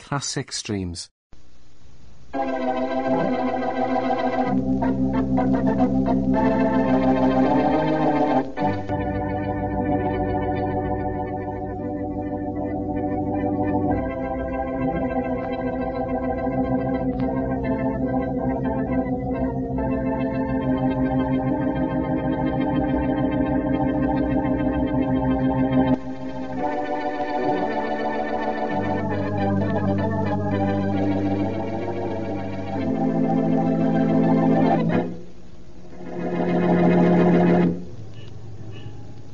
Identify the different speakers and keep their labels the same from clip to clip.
Speaker 1: Classic streams.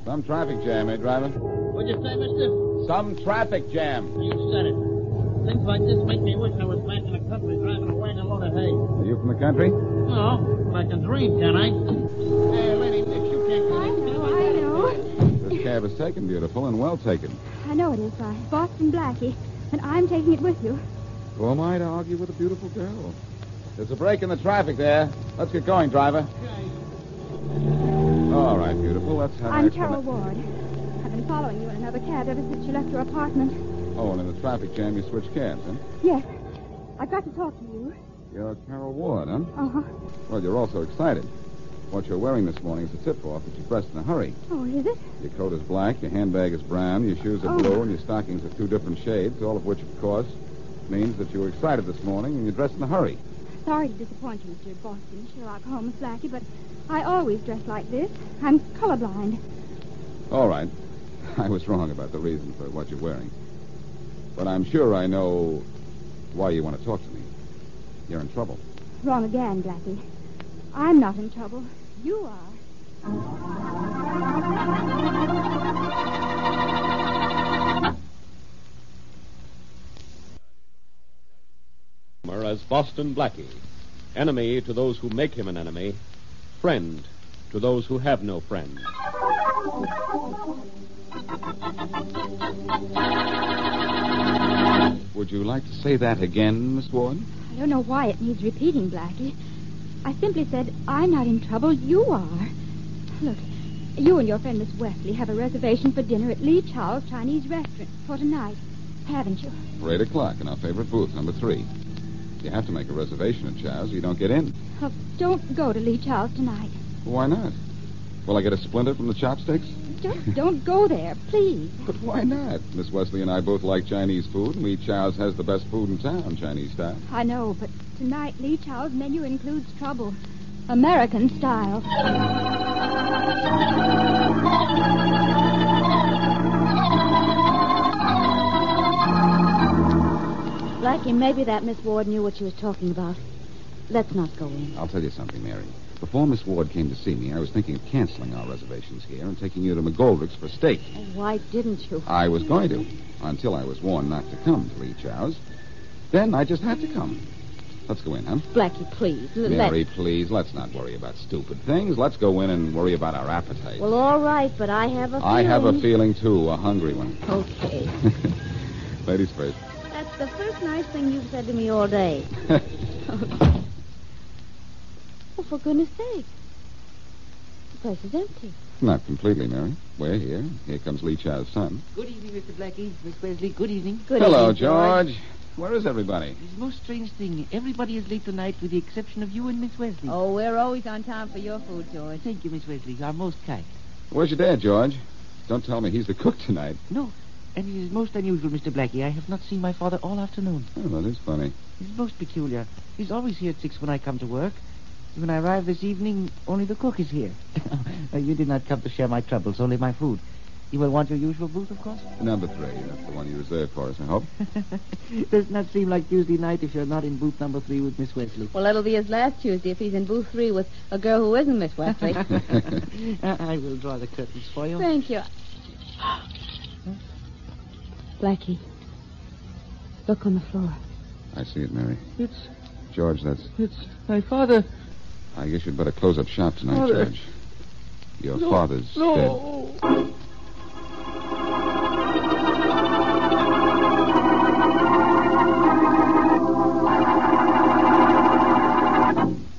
Speaker 2: Some traffic jam, eh, driver?
Speaker 3: What'd you say, mister?
Speaker 2: Some traffic jam.
Speaker 3: You said it. Things like this make me wish I was back in the country driving a wagon load of hay.
Speaker 2: Are you from the country?
Speaker 3: No, but I can dream, can I? Hey, Lady Nix, you can't go.
Speaker 4: I know, I know.
Speaker 2: This cab is taken, beautiful, and well taken.
Speaker 4: I know it is by Boston Blackie, and I'm taking it with you.
Speaker 2: Who am I to argue with a beautiful girl? There's a break in the traffic there. Let's get going, driver. All right, beautiful. Let's have an
Speaker 4: I'm Carol
Speaker 2: explanation.
Speaker 4: Ward. I've been following you in another cab ever since you left your apartment.
Speaker 2: Oh, and in the traffic jam, you switch cabs, huh?
Speaker 4: Yes, I've got to talk to you.
Speaker 2: You're Carol Ward, huh?
Speaker 4: Uh huh.
Speaker 2: Well, you're also excited. What you're wearing this morning is a tip-off that you dressed in a hurry.
Speaker 4: Oh, is it?
Speaker 2: Your coat is black, your handbag is brown, your shoes are
Speaker 4: Oh.
Speaker 2: blue, and your stockings are two different shades, all of which, of course, means that you were excited this morning and you dressed in a hurry.
Speaker 4: Sorry to disappoint you, Mr. Boston Sherlock Holmes Blackie, but I always dress like this. I'm colorblind.
Speaker 2: All right. I was wrong about the reason for what you're wearing. But I'm sure I know why you want to talk to me. You're in trouble.
Speaker 4: Wrong again, Blackie. I'm not in trouble. You are.
Speaker 5: Homer as Boston Blackie, enemy to those who make him an enemy, friend to those who have no friend.
Speaker 2: Would you like to say that again, Miss Ward?
Speaker 4: I don't know why it needs repeating, Blackie. I simply said, I'm not in trouble. You are. Look, you and your friend Miss Wesley have a reservation for dinner at Lee Chow's Chinese restaurant for tonight, haven't you?
Speaker 2: For 8 o'clock in our favorite booth, number 3. You have to make a reservation at Chow's or you don't get in.
Speaker 4: Oh, don't go to Lee Chow's tonight.
Speaker 2: Why not? Will I get a splinter from the chopsticks?
Speaker 4: Don't, don't go there, please.
Speaker 2: But why not? Miss Wesley and I both like Chinese food, and Lee Chow's has the best food in town, Chinese style.
Speaker 4: I know, but tonight Lee Chow's menu includes trouble. American style.
Speaker 6: Blackie, maybe that Miss Ward knew what she was talking about. Let's not go in.
Speaker 2: I'll tell you something, Mary. Before Miss Ward came to see me, I was thinking of canceling our reservations here and taking you to McGoldrick's for steak.
Speaker 6: Why didn't you?
Speaker 2: I was going to, until I was warned not to come to Lee Chow's. Then I just had to come. Let's go in, huh?
Speaker 6: Blackie, please. l- let-
Speaker 2: Mary, please, let's not worry about stupid things. Let's go in and worry about our appetite.
Speaker 6: Well, all right, but I have a
Speaker 2: I have a
Speaker 6: feeling-
Speaker 2: feeling, too, a hungry one.
Speaker 6: Okay.
Speaker 2: Ladies first.
Speaker 6: That's the first nice thing you've said to me all day. Well, Oh, for goodness sake. The place is empty.
Speaker 2: Not completely, Mary. We're here. Here comes Lee Chow's son.
Speaker 7: Good evening, Mr. Blackie. Miss Wesley, good evening.
Speaker 6: Good
Speaker 2: Hello,
Speaker 6: evening,
Speaker 2: George. Where is everybody?
Speaker 7: It's a most strange thing. Everybody is late tonight with the exception of you and Miss Wesley.
Speaker 6: Oh, we're always on time for your food, George.
Speaker 7: Thank you, Miss Wesley. You are most kind.
Speaker 2: Where's your dad, George? Don't tell me he's the cook tonight.
Speaker 7: No, and it is most unusual, Mr. Blackie. I have not seen my father all afternoon.
Speaker 2: Oh, that is funny.
Speaker 7: It's most peculiar. He's always here at six when I come to work. When I arrive this evening, only the cook is here. Uh, you did not come to share my troubles, only my food. You will want your usual booth, of course.
Speaker 2: Number three. That's the one you reserved for us, I hope.
Speaker 7: Does not seem like Tuesday night if you're not in booth number three with Miss Wesley.
Speaker 6: Well, that'll be his last Tuesday if he's in booth three with a girl who isn't Miss Wesley.
Speaker 7: I Uh, I will draw the curtains for you.
Speaker 6: Thank you. Blackie,
Speaker 7: Look on the floor.
Speaker 2: I see it, Mary.
Speaker 7: It's
Speaker 2: George, that's.
Speaker 7: it's my father.
Speaker 2: I guess you'd better close up shop tonight,
Speaker 7: Father.
Speaker 2: George. Your father's dead.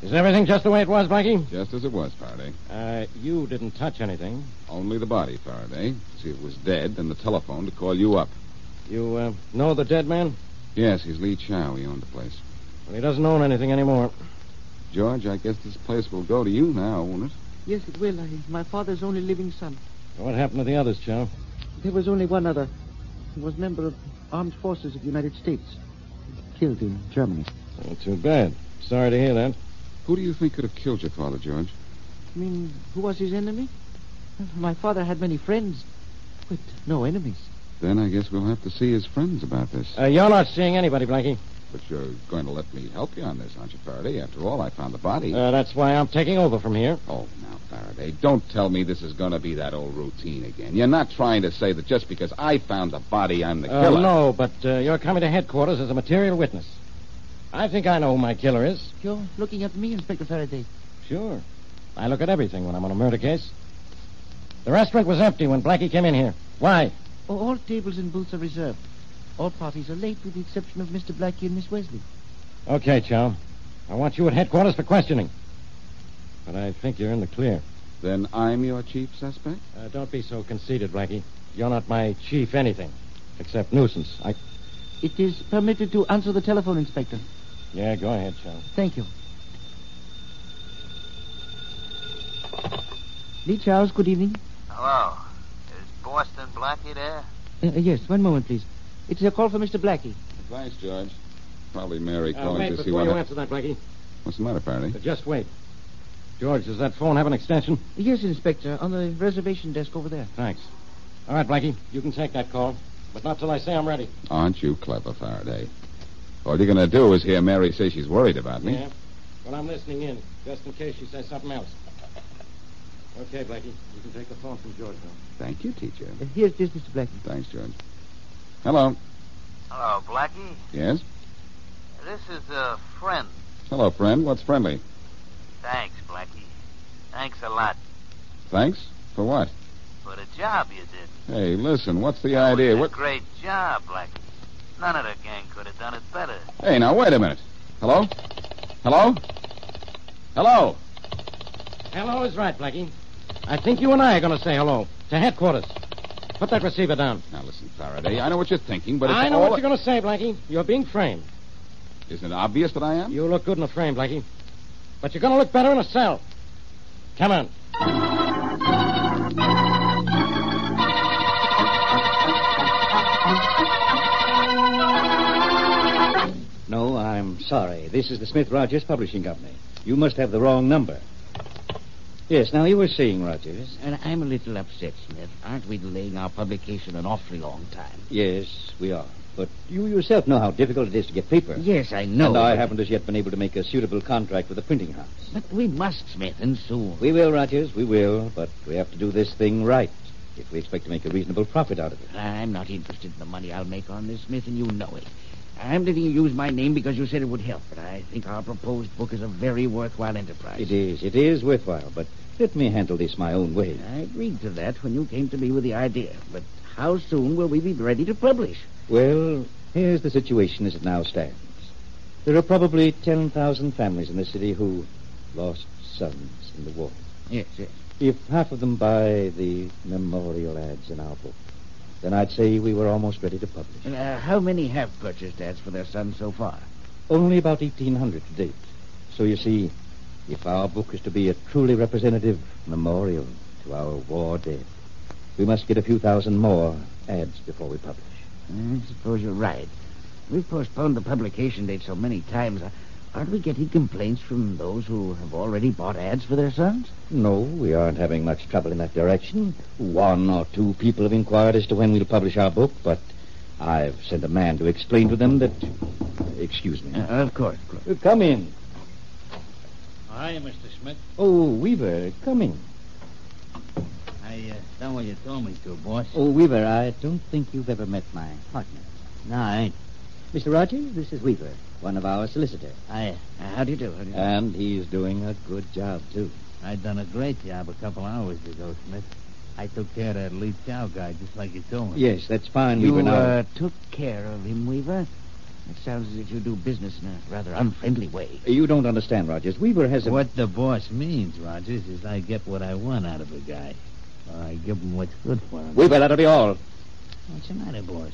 Speaker 8: Is everything just the way it was, Blackie?
Speaker 2: Just as it was, Faraday.
Speaker 8: Uh, you didn't touch anything.
Speaker 2: Only the body, Faraday. See, it was dead, and the telephone to call you up.
Speaker 8: You uh, know the dead man?
Speaker 2: Yes, he's Lee Chow. He owned the place.
Speaker 8: Well, he doesn't own anything anymore.
Speaker 2: George, I guess this place will go to you now, won't it?
Speaker 7: Yes, it will. I, my father's only living son.
Speaker 8: What happened to the others, Chow?
Speaker 7: There was only one other. He was member of Armed Forces of the United States. Killed in Germany.
Speaker 8: Oh, too bad. Sorry to hear that.
Speaker 2: Who do you think could have killed your father, George?
Speaker 7: I mean, who was his enemy? My father had many friends, but no enemies.
Speaker 2: Then I guess we'll have to see his friends about this.
Speaker 8: Uh, you're not seeing anybody, Blackie.
Speaker 2: But you're going to let me help you on this, aren't you, Faraday? After all, I found the body.
Speaker 8: Uh, that's why I'm taking over from here.
Speaker 2: Oh, now, Faraday, don't tell me this is going to be that old routine again. You're not trying to say that just because I found the body, I'm the
Speaker 8: Uh,
Speaker 2: killer.
Speaker 8: no, but uh, you're coming to headquarters as a material witness. I think I know who my killer is.
Speaker 7: You're looking at me, Inspector Faraday.
Speaker 8: Sure. I look at everything when I'm on a murder case. The restaurant was empty when Blackie came in here. Why?
Speaker 7: Oh, all tables and booths are reserved. All parties are late with the exception of Mr. Blackie and Miss Wesley.
Speaker 8: Okay, Chow. I want you at headquarters for questioning. But I think you're in the clear.
Speaker 2: Then I'm your chief suspect?
Speaker 8: Uh, don't be so conceited, Blackie. You're not my chief anything, except nuisance. I.
Speaker 7: It is permitted to answer the telephone, Inspector.
Speaker 8: Yeah, go ahead, Chow.
Speaker 7: Thank you. Lee Charles, good evening.
Speaker 9: Hello. Is Boston Blackie there?
Speaker 7: Uh, yes, one moment, please. It's a call for Mr. Blackie.
Speaker 2: Thanks, George. Probably Mary
Speaker 8: Uh,
Speaker 2: calling
Speaker 8: wait
Speaker 2: to see
Speaker 8: before
Speaker 2: what.
Speaker 8: you answer that, Blackie.
Speaker 2: What's the matter, Faraday?
Speaker 8: Uh, just wait. George, does that phone have an extension?
Speaker 7: Yes, Inspector, on the reservation desk over there.
Speaker 8: Thanks. All right, Blackie, you can take that call, but not till I say I'm ready.
Speaker 2: Aren't you clever, Faraday? All you're going to do is hear Mary say she's worried about me.
Speaker 8: Yeah. Well, I'm listening in, just in case she says something else. Okay, Blackie, you can take the phone from George now.
Speaker 2: Thank you, teacher.
Speaker 7: Uh, here's this, Mr. Blackie.
Speaker 2: Thanks, George. Hello.
Speaker 9: Hello, Blackie.
Speaker 2: Yes?
Speaker 9: This is a friend.
Speaker 2: Hello, friend. What's friendly?
Speaker 9: Thanks, Blackie. Thanks a lot
Speaker 2: Thanks? For what?
Speaker 9: for the job you did.
Speaker 2: Hey, listen, what's the
Speaker 9: It was
Speaker 2: idea?
Speaker 9: a
Speaker 2: What?
Speaker 9: great job, Blackie. None of the gang could have done it better.
Speaker 2: Hey, now, wait a minute. Hello? Hello? Hello?
Speaker 8: Hello is right, Blackie. I think you and I are going to say hello to headquarters. Put that receiver down.
Speaker 2: Now, listen, Faraday, I know what you're thinking, but it's
Speaker 8: I know
Speaker 2: all...
Speaker 8: what you're going to say, Blackie. You're being framed.
Speaker 2: Isn't it obvious that I am?
Speaker 8: You look good in a frame, Blackie. But you're going to look better in a cell. Come on.
Speaker 10: No, I'm sorry. This is the Smith Rogers Publishing Company. You must have the wrong number. Yes, now you were seeing Rogers.
Speaker 11: And I'm a little upset, Smith. Aren't we delaying our publication an awfully long time?
Speaker 10: Yes, we are. But you yourself know how difficult it is to get paper.
Speaker 11: Yes, I know.
Speaker 10: And I
Speaker 11: but-
Speaker 10: haven't as yet been able to make a suitable contract with the printing house.
Speaker 11: But we must, Smith, and soon.
Speaker 10: We will, Rogers, we will. But we have to do this thing right if we expect to make a reasonable profit out of it.
Speaker 11: I'm not interested in the money I'll make on this, Smith, and you know it. I'm letting you use my name because you said it would help, but I think our proposed book is a very worthwhile enterprise.
Speaker 10: It is, it is worthwhile. But let me handle this my own way.
Speaker 11: I agreed to that when you came to me with the idea, but how soon will we be ready to publish?
Speaker 10: Well, here's the situation as it now stands. There are probably 10,000 families in the city who lost sons in the war.
Speaker 11: Yes, yes.
Speaker 10: If half of them buy the memorial ads in our book, then I'd say we were almost ready to publish.
Speaker 11: And, uh, how many have purchased ads for their sons so far?
Speaker 10: Only about 1,800 to date. So you see, if our book is to be a truly representative memorial to our war dead, we must get a few thousand more ads before we publish.
Speaker 11: I suppose you're right. We've postponed the publication date so many times. Uh, Aren't we getting complaints from those who have already bought ads for their sons?
Speaker 10: No, we aren't having much trouble in that direction. One or two people have inquired as to when we'll publish our book, but I've sent a man to explain to them that. Excuse me.
Speaker 11: Uh, of course, of course.
Speaker 10: Uh, Come in.
Speaker 11: Hi, Mr. Smith.
Speaker 10: Oh, Weaver, come in.
Speaker 11: I uh, done what you told me to, boss.
Speaker 10: Oh, Weaver, I don't think you've ever met my partner.
Speaker 11: No, I ain't.
Speaker 12: Mr. Rogers, this is Weaver, one of our solicitors.
Speaker 11: I, uh, how do you do? How do you do?
Speaker 10: And he's doing a good job, too.
Speaker 9: I done a great job a couple hours ago, Smith. I took care of that Lee Chow guy just like you told me.
Speaker 10: Yes, that's fine,
Speaker 11: you
Speaker 10: Weaver. Now,
Speaker 11: uh, took care of him, Weaver. It sounds as if you do business in a rather unfriendly way.
Speaker 10: you don't understand, Rogers. Weaver has a...
Speaker 9: What the boss means, Rogers, is I get what I want out of a guy. Or I give him what's good for him.
Speaker 10: Weaver, that'll be all.
Speaker 9: What's the matter, boss?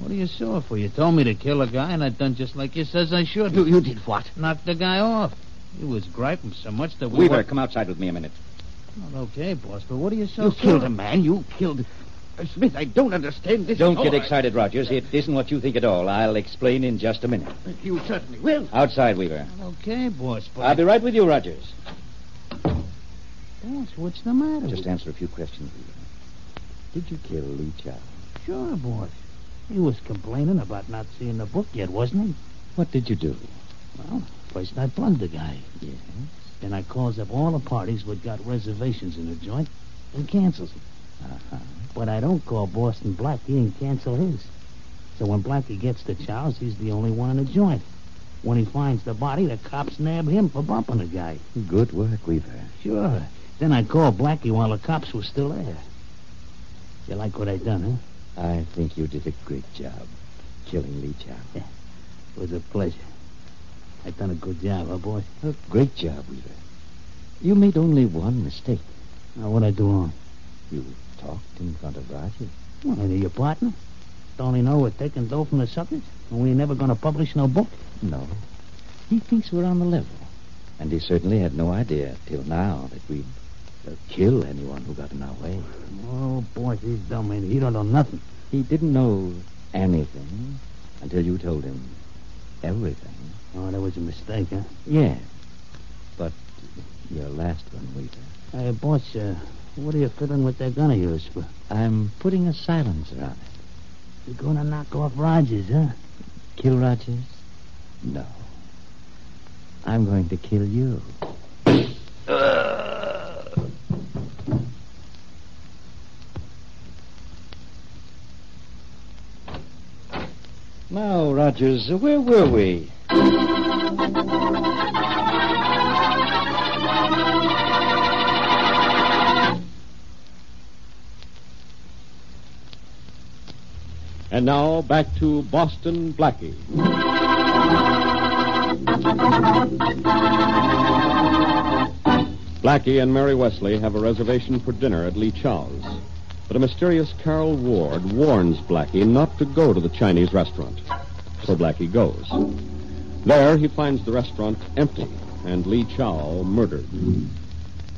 Speaker 9: What are you sore for? You told me to kill a guy, and I done just like you says I should.
Speaker 11: You, you did what?
Speaker 9: Knocked the guy off. He was griping so much that we
Speaker 10: Weaver,
Speaker 9: were-
Speaker 10: come outside with me a minute.
Speaker 9: Well, okay, boss, but what are you so
Speaker 11: you
Speaker 9: sore?
Speaker 11: killed a man. You killed. Uh, Smith, I don't understand this. Oh,
Speaker 10: Don't
Speaker 11: at
Speaker 10: get
Speaker 11: all.
Speaker 10: excited, Rogers. It isn't what you think at all. I'll explain in just a minute.
Speaker 11: You certainly will.
Speaker 10: Outside, Weaver.
Speaker 9: Okay, boss, but...
Speaker 10: I'll be right with you, Rogers.
Speaker 9: Boss, what's the matter?
Speaker 10: Just answer a few questions, Weaver. Did you kill Lee Chow?
Speaker 9: Sure, boss. He was complaining about not seeing the book yet, wasn't he?
Speaker 10: What did you do?
Speaker 9: Well, first I plugged the guy. Yeah. Then I calls up all the parties what got reservations in the joint and cancels them.
Speaker 10: Uh-huh.
Speaker 9: But I don't call Boston Blackie and cancel his. So when Blackie gets to Chow's, he's the only one in the joint. When he finds the body, the cops nab him for bumping the guy.
Speaker 10: Good work, Weaver.
Speaker 9: Sure. Then I called Blackie while the cops were still there. You like what I done, huh?
Speaker 10: I think you did a great job killing Lee Chow.
Speaker 9: It was a pleasure. I done a good job, huh, boy?
Speaker 10: A great job, Weaver. You made only one mistake.
Speaker 9: Now, what I do wrong?
Speaker 10: You talked in front of Rogers.
Speaker 9: Well, ain't he your partner? Don't he know we're taking dough from the suckers? And we ain't never going to publish no book?
Speaker 10: No. He thinks we're on the level. And he certainly had no idea till now that we'd uh, kill anyone who got in our way.
Speaker 9: Oh, boy, he's dumb, ain't he? He don't know nothing.
Speaker 10: He didn't know anything until you told him everything.
Speaker 9: Oh, that was a mistake, huh?
Speaker 10: Yes. But your last one, Weaver.
Speaker 9: Hey, boss, uh, what are you fiddling with that gun of yours for?
Speaker 10: I'm putting a silence around it.
Speaker 9: You're going to knock off Rogers, huh?
Speaker 10: Kill Rogers? No. I'm going to kill you. Now, Rogers, where were we?
Speaker 5: And now back to Boston Blackie. Blackie and Mary Wesley have a reservation for dinner at Lee Chow's. But a mysterious Carol Ward warns Blackie not to go to the Chinese restaurant. So Blackie goes. There he finds the restaurant empty and Lee Chow murdered.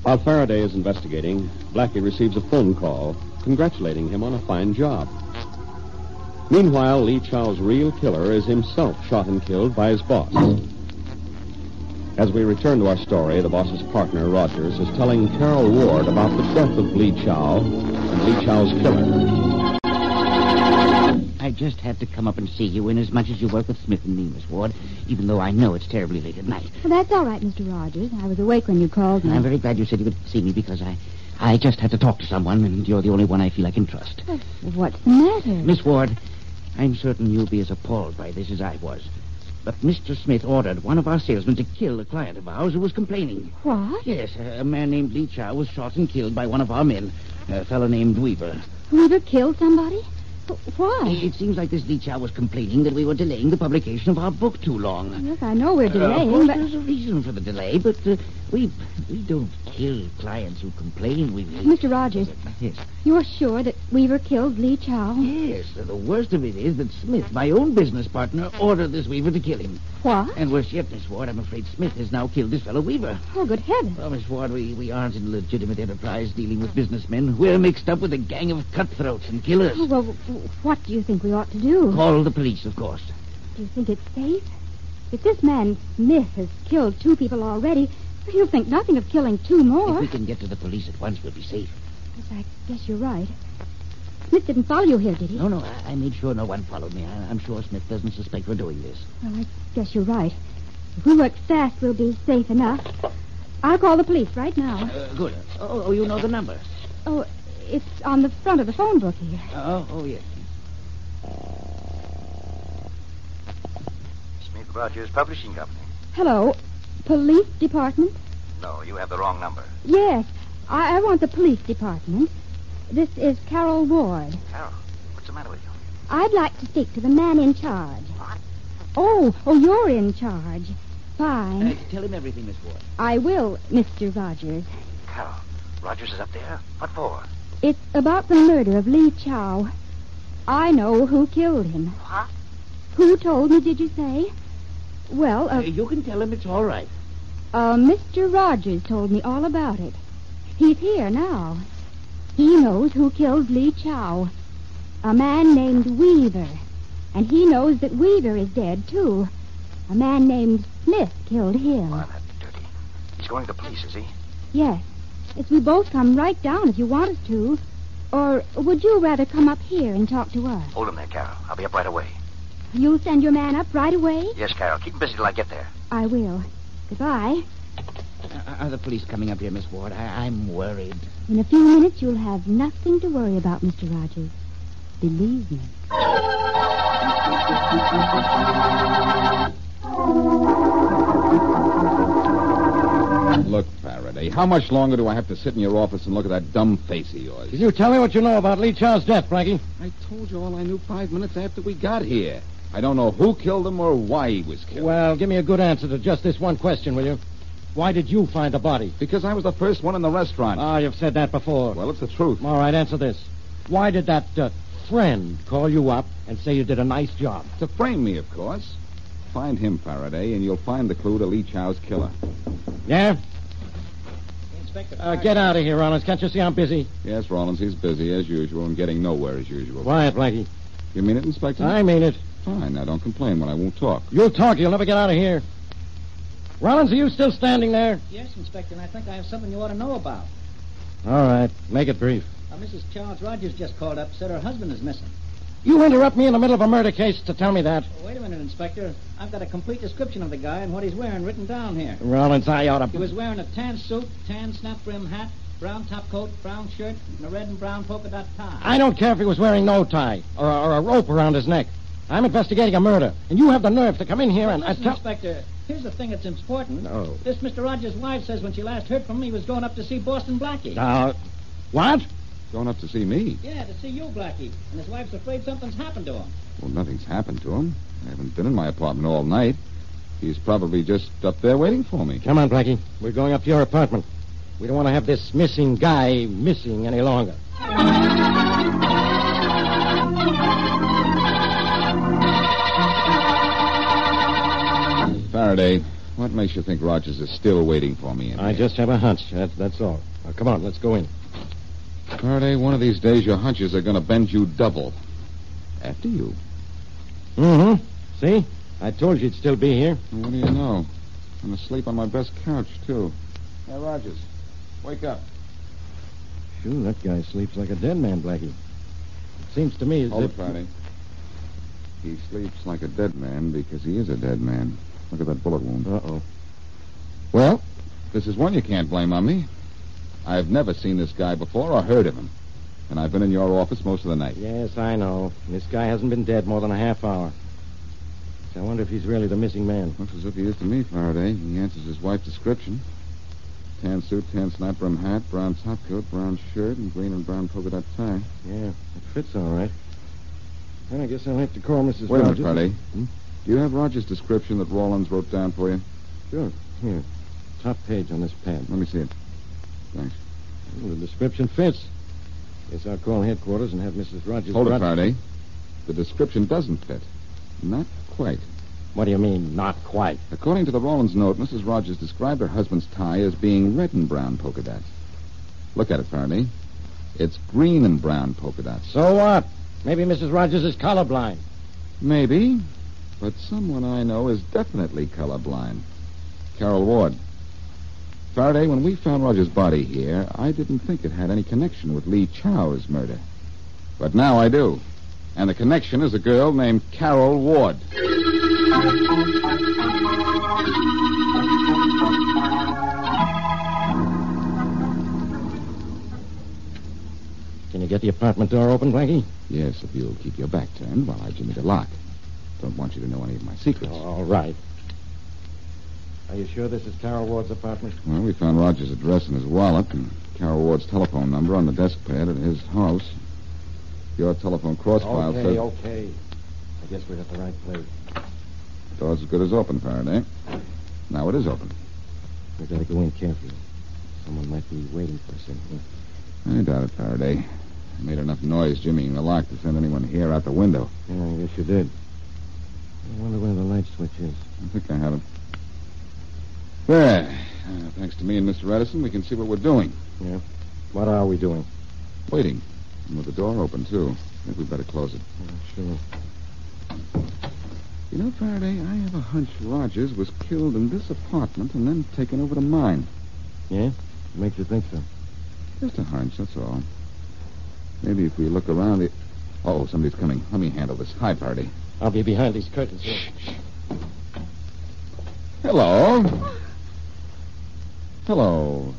Speaker 5: While Faraday is investigating, Blackie receives a phone call congratulating him on a fine job. Meanwhile, Lee Chow's real killer is himself shot and killed by his boss. As we return to our story, the boss's partner, Rogers, is telling Carol Ward about the death of Lee Chow and Lee Chow's killer.
Speaker 11: I just had to come up and see you, and as much as you work with Smith and me, Miss Ward, even though I know it's terribly late at night.
Speaker 4: Well, that's all right, Mr. Rogers. I was awake when you called me.
Speaker 11: I'm very glad you said you would see me because I, I just had to talk to someone, and you're the only one I feel I can trust.
Speaker 4: What's the matter?
Speaker 11: Miss Ward, I'm certain you'll be as appalled by this as I was. But Mr. Smith ordered one of our salesmen to kill a client of ours who was complaining.
Speaker 4: What?
Speaker 11: Yes, a man named Lee Chow was shot and killed by one of our men, a fellow named Weaver.
Speaker 4: Weaver killed somebody? Wh- Why?
Speaker 11: It seems like this Lee Chow was complaining that we were delaying the publication of our book too long.
Speaker 4: Yes, I know we're
Speaker 11: Uh, of course,
Speaker 4: delaying, but...
Speaker 11: there's a reason for the delay, but uh, we we don't kill clients who complain. We
Speaker 4: Mr. Rogers,
Speaker 11: yes,
Speaker 4: you're sure that Weaver killed Lee Chow?
Speaker 11: yes. The worst of it is that Smith, my own business partner, ordered this Weaver to kill him.
Speaker 4: What?
Speaker 11: And worse yet, Miss Ward, I'm afraid Smith has now killed this fellow Weaver.
Speaker 4: Oh, good heavens.
Speaker 11: Well, Miss Ward, we, we aren't in legitimate enterprise dealing with businessmen. We're mixed up with a gang of cutthroats and killers.
Speaker 4: Oh, well, wh- what do you think we ought to do?
Speaker 11: Call the police, of course.
Speaker 4: Do you think it's safe? If this man, Smith, has killed two people already, he'll think nothing of killing two
Speaker 11: If
Speaker 4: more.
Speaker 11: we can get to the police at once, we'll be safe.
Speaker 4: Yes, I guess you're right. Smith didn't follow you here, did he?
Speaker 11: No, no, I, I made sure no one followed me. I, I'm sure Smith doesn't suspect we're doing this.
Speaker 4: Well, I guess you're right. If we work fast, we'll be safe enough. I'll call the police right now.
Speaker 11: Uh, good. Oh, oh, you know the number.
Speaker 4: Oh, it's on the front of the phone book here.
Speaker 11: Oh, oh yes.
Speaker 13: Rogers Publishing Company.
Speaker 4: Hello, police department?
Speaker 13: No, you have the wrong number.
Speaker 4: Yes, I, I want the police department. This is Carol Ward.
Speaker 13: Carol, what's the matter with you?
Speaker 4: I'd like to speak to the man in charge. Oh, oh, you're in charge. Fine.
Speaker 11: Uh, tell him everything, Miss Ward.
Speaker 4: I will, Mr. Rogers.
Speaker 13: Carol, Rogers is up there. What for?
Speaker 4: It's about the murder of Lee Chow. I know who killed him.
Speaker 13: What?
Speaker 4: Who told me, did you say? Well,
Speaker 11: Uh,
Speaker 4: uh,
Speaker 11: you can tell him it's all right.
Speaker 4: uh, Mr. Rogers told me all about it. He's here now. He knows who killed Lee Chow. A man named Weaver. And he knows that Weaver is dead, too. A man named Smith killed him.
Speaker 13: He's going to the police, is he?
Speaker 4: Yes. If we both come right down if you want us to. Or would you rather come up here and talk to us?
Speaker 13: Hold him there, Carol. I'll be up right away.
Speaker 4: You'll send your man up right away?
Speaker 13: Yes, Carol. Keep him busy till I get there.
Speaker 4: I will. Goodbye.
Speaker 11: Uh, are the police coming up here, Miss Ward? I- I'm worried.
Speaker 4: In a few minutes, you'll have nothing to worry about, Mr. Rogers. Believe me.
Speaker 2: Look, Faraday, how much longer do I have to sit in your office and look at that dumb face of yours?
Speaker 8: Did you tell me what you know about Lee Chow's death, Blackie?
Speaker 2: I told you all I knew five minutes after we got here. I don't know who killed him or why he was killed.
Speaker 8: Well, give me a good answer to just this one question, will you? Why did you find the body?
Speaker 2: Because I was the first one in the restaurant.
Speaker 8: Ah, you've said that before.
Speaker 2: Well, it's the truth.
Speaker 8: All right, answer this. Why did that uh, friend call you up and say you did a nice job?
Speaker 2: To frame me, of course. Find him, Faraday, and you'll find the clue to Lee Chow's killer.
Speaker 8: Yeah?
Speaker 14: Inspector.
Speaker 8: Uh, get out of here, Rollins. Can't you see I'm busy?
Speaker 2: Yes, Rollins, he's busy as usual and getting nowhere as usual.
Speaker 8: Quiet, Blackie.
Speaker 2: You mean it, Inspector?
Speaker 8: I mean it.
Speaker 2: Fine, now don't complain when I won't talk.
Speaker 8: You'll talk. You'll never get out of here. Rollins, are you still standing there?
Speaker 14: Yes, Inspector, and I think I have something you ought to know about.
Speaker 8: All right. Make it brief.
Speaker 14: Now, Mrs. Charles Rogers just called up, said her husband is missing. Oh,
Speaker 8: You interrupt me in the middle of a murder case to tell me that.
Speaker 14: Wait a minute, Inspector. I've got a complete description of the guy and what he's wearing written down here.
Speaker 8: Rollins, I ought to.
Speaker 14: He was wearing a tan suit, tan snap brim hat, brown top coat, brown shirt, and a red and brown polka dot tie.
Speaker 8: I don't care if he was wearing no tie or, or a rope around his neck. I'm investigating a murder, and you have the nerve to come in here and I
Speaker 14: Listen,
Speaker 8: tell.
Speaker 14: Inspector, here's the thing that's important.
Speaker 8: No.
Speaker 14: This Mr. Rogers' wife says when she last heard from him, he was going up to see Boston Blackie.
Speaker 8: Now, what?
Speaker 2: Going up to see me?
Speaker 14: Yeah, to see you, Blackie. And his wife's afraid something's happened to him.
Speaker 2: Well, nothing's happened to him. I haven't been in my apartment all night. He's probably just up there waiting for me.
Speaker 8: Come on, Blackie. We're going up to your apartment. We don't want to have this missing guy missing any longer.
Speaker 2: Faraday, what makes you think Rogers is still waiting for me? In
Speaker 8: I
Speaker 2: here?
Speaker 8: just have a hunch. That, that's all. Now, come on, let's go in.
Speaker 2: Faraday, one of these days your hunches are going to bend you double. After you.
Speaker 8: Mm-hmm. See? I told you you'd still be here.
Speaker 2: What do you know? I'm asleep on my best couch, too. Hey, Rogers, wake up.
Speaker 8: Sure, that guy sleeps like a dead man, Blackie. Seems to me as
Speaker 2: Hold
Speaker 8: if...
Speaker 2: it, Faraday. He sleeps like a dead man because he is a dead man. Look at that bullet wound.
Speaker 8: Uh-oh.
Speaker 2: Well, this is one you can't blame on me. I've never seen this guy before or heard of him. And I've been in your office most of the night.
Speaker 8: Yes, I know. This guy hasn't been dead more than a half hour. So I wonder if he's really the missing man.
Speaker 2: Looks as if he is to me, Faraday. He answers his wife's description. Tan suit, tan snap brim hat, brown top coat, brown shirt, and green and brown polka dot tie.
Speaker 8: Yeah, it fits all right. Then I guess I'll have to call Mrs.
Speaker 2: Wait a minute,
Speaker 8: Rogers.
Speaker 2: Faraday.
Speaker 8: Hmm?
Speaker 2: Do you have Roger's description that Rawlins wrote down for you?
Speaker 8: Sure. Here. Top page on this pad.
Speaker 2: Let me see it. Thanks.
Speaker 8: Well, the description fits. Guess I'll call headquarters and have Mrs. Rogers.
Speaker 2: Hold it,
Speaker 8: brought-
Speaker 2: Faraday. The description doesn't fit. Not quite.
Speaker 8: What do you mean, not quite?
Speaker 2: According to the Rawlins note, Mrs. Rogers described her husband's tie as being red and brown polka dots. Look at it, Faraday. It's green and brown polka dots.
Speaker 8: So what? Maybe Mrs. Rogers is colorblind.
Speaker 2: Maybe, but someone I know is definitely colorblind. Carol Ward. Faraday, when we found Roger's body here, I didn't think it had any connection with Lee Chow's murder. But now I do. And the connection is a girl named Carol Ward.
Speaker 8: Can you get the apartment door open, Blackie?
Speaker 2: Yes, if you'll keep your back turned while I jimmy the lock. Don't want you to know any of my secrets.
Speaker 5: All right.
Speaker 10: Are you sure this is Carol Ward's apartment?
Speaker 2: Well, we found Roger's address in his wallet and Carol Ward's telephone number on the desk pad at his house. Your telephone cross file
Speaker 10: okay,
Speaker 2: says
Speaker 10: okay. I guess we're at the right place.
Speaker 2: door's as good as open, Faraday. Now it is open.
Speaker 10: We gotta go in carefully. Someone might be waiting for us in here.
Speaker 2: I doubt it, Faraday. I made enough noise jimmying the lock to send anyone here out the window.
Speaker 10: Yeah, I guess you did. I wonder where the light switch is.
Speaker 2: I think I have it. There. Uh, thanks to me and Mr. Edison, we can see what we're doing.
Speaker 10: Yeah.
Speaker 2: What are we doing? Waiting. And with the door open, too. I think we'd better close it.
Speaker 10: sure.
Speaker 2: You know, Faraday, I have a hunch Rogers was killed in this apartment and then taken over to mine.
Speaker 10: Yeah? Makes you think so.
Speaker 2: Just a hunch, that's all. Maybe if we look around it. Oh, somebody's coming. Let me handle this. Hi, Faraday.
Speaker 8: I'll be behind these curtains. Here.
Speaker 2: Hello. Hello,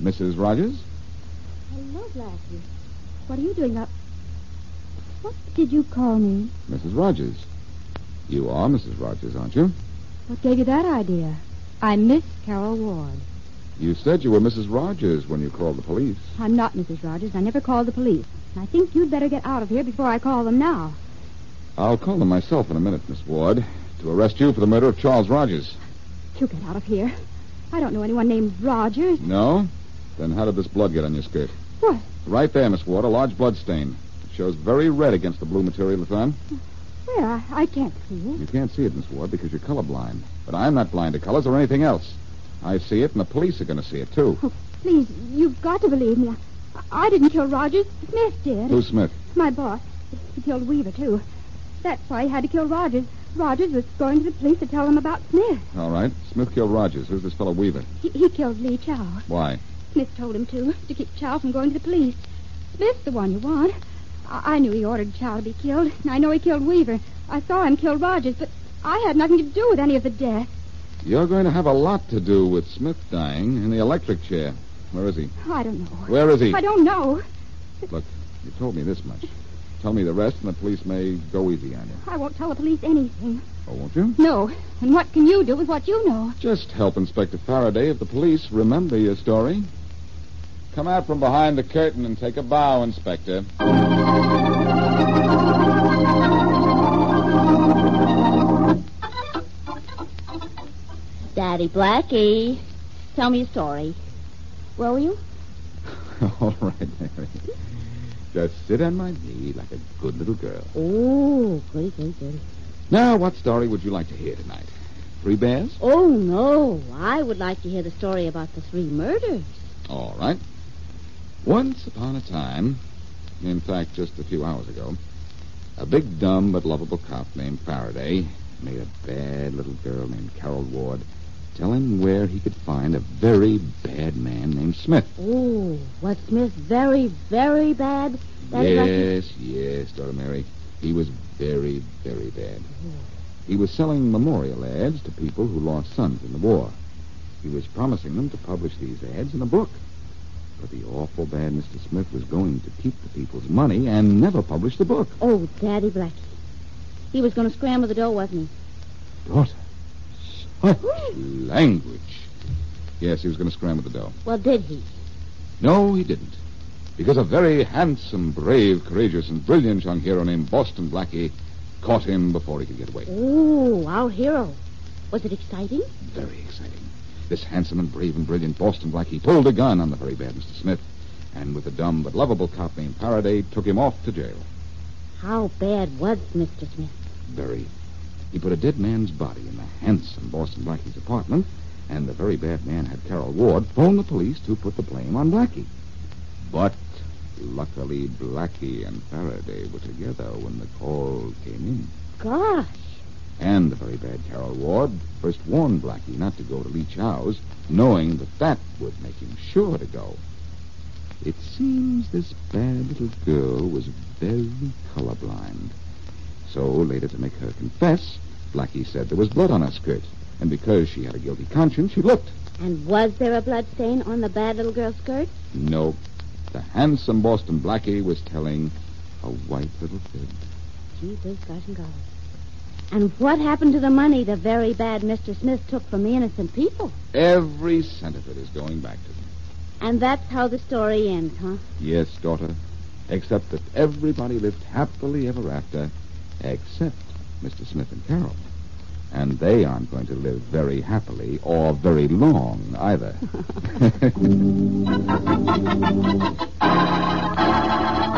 Speaker 2: Mrs. Rogers.
Speaker 4: Hello, Blackie. What are you doing up? What did you call me?
Speaker 2: Mrs. Rogers. You are Mrs. Rogers, aren't you?
Speaker 4: What gave you that idea? I miss Carol Ward.
Speaker 2: You said you were Mrs. Rogers when you called the police.
Speaker 4: I'm not Mrs. Rogers. I never called the police. I think you'd better get out of here before I call them now.
Speaker 2: I'll call them myself in a minute, Miss Ward, to arrest you for the murder of Charles Rogers.
Speaker 4: You get out of here. I don't know anyone named Rogers.
Speaker 2: No? Then how did this blood get on your skirt?
Speaker 4: What?
Speaker 2: Right there, Miss Ward, a large blood stain. It shows very red against the blue material it's on.
Speaker 4: Where? I, I can't see it.
Speaker 2: You can't see it, Miss Ward, because you're colorblind. But I'm not blind to colors or anything else. I see it, and the police are going to see it, too.
Speaker 4: Please, you've got to believe me. I, I didn't kill Rogers. Smith did.
Speaker 2: Who's Smith?
Speaker 4: My boss. He killed Weaver, too. That's why he had to kill Rogers. Rogers was going to the police to tell them about Smith.
Speaker 2: All right. Smith killed Rogers. Who's this fellow Weaver?
Speaker 4: He, he killed Lee Chow.
Speaker 2: Why?
Speaker 4: Smith told him to, to keep Chow from going to the police. Smith's the one you want. I, I knew he ordered Chow to be killed, and I know he killed Weaver. I saw him kill Rogers, but I had nothing to do with any of the death.
Speaker 2: You're going to have a lot to do with Smith dying in the electric chair. Where is he?
Speaker 4: I don't know.
Speaker 2: Where is he?
Speaker 4: I don't know.
Speaker 2: Look, you told me this much. Tell me the rest, and the police may go easy on you.
Speaker 4: I won't tell the police anything.
Speaker 2: Oh, won't you?
Speaker 4: No. And what can you do with what you know?
Speaker 2: Just help Inspector Faraday if the police remember your story. Come out from behind the curtain and take a bow, Inspector.
Speaker 15: Daddy Blackie, tell me a story. Where were you?
Speaker 2: All right, Mary. Just sit on my knee like a good little girl.
Speaker 15: Oh, goody, goody, goody.
Speaker 2: Now, what story would you like to hear tonight? Three bears?
Speaker 15: Oh, no. I would like to hear the story about the three murders.
Speaker 2: All right. Once upon a time, in fact, just a few hours ago, a big, dumb, but lovable cop named Faraday made a bad little girl named Carol Ward tell him where he could find a very bad man named Smith.
Speaker 15: Oh, was Smith very, very bad? Daddy Blackie?
Speaker 2: yes, yes, daughter Mary. He was very, very bad. He was selling memorial ads to people who lost sons in the war. He was promising them to publish these ads in a book. But the awful bad Mr. Smith was going to keep the people's money and never publish the book.
Speaker 15: Oh, Daddy Blackie. He was going to scramble the dough, wasn't
Speaker 2: Daughter, such language. Yes, he was going to scramble the dough.
Speaker 15: he? Well, did he?
Speaker 2: No, he didn't. Because a very handsome, brave, courageous, and brilliant young hero named Boston Blackie caught him before he could get away.
Speaker 15: Oh, our hero. Was it exciting?
Speaker 2: Very exciting. This handsome and brave and brilliant Boston Blackie pulled a gun on the very bad Mr. Smith, and with a dumb but lovable cop named Faraday, took him off to jail.
Speaker 15: How bad was Mr. Smith?
Speaker 2: Very. He put a dead man's body in the handsome Boston Blackie's apartment, and the very bad man had Carol Ward phone the police to put the blame on Blackie. But luckily, Blackie and Faraday were together when the call came in.
Speaker 15: Gosh.
Speaker 2: And the very bad Carol Ward first warned Blackie not to go to Lee Chow's, knowing that that would make him sure to go. It seems this bad little girl was very colorblind. So later, to make her confess, Blackie said there was blood on her skirt. And because she had a guilty conscience, she looked.
Speaker 15: And was there a blood stain on the bad little girl's skirt?
Speaker 2: No. The handsome Boston Blackie was telling a white little fib.
Speaker 15: Gee, big gosh and golly. And what happened to the money the very bad Mr. Smith took from the innocent people?
Speaker 2: Every cent of it is going back to them.
Speaker 15: And that's how the story ends, huh?
Speaker 2: Yes, daughter. Except that everybody lived happily ever after, except Mr. Smith and Carol. And they aren't going to live very happily or very long either.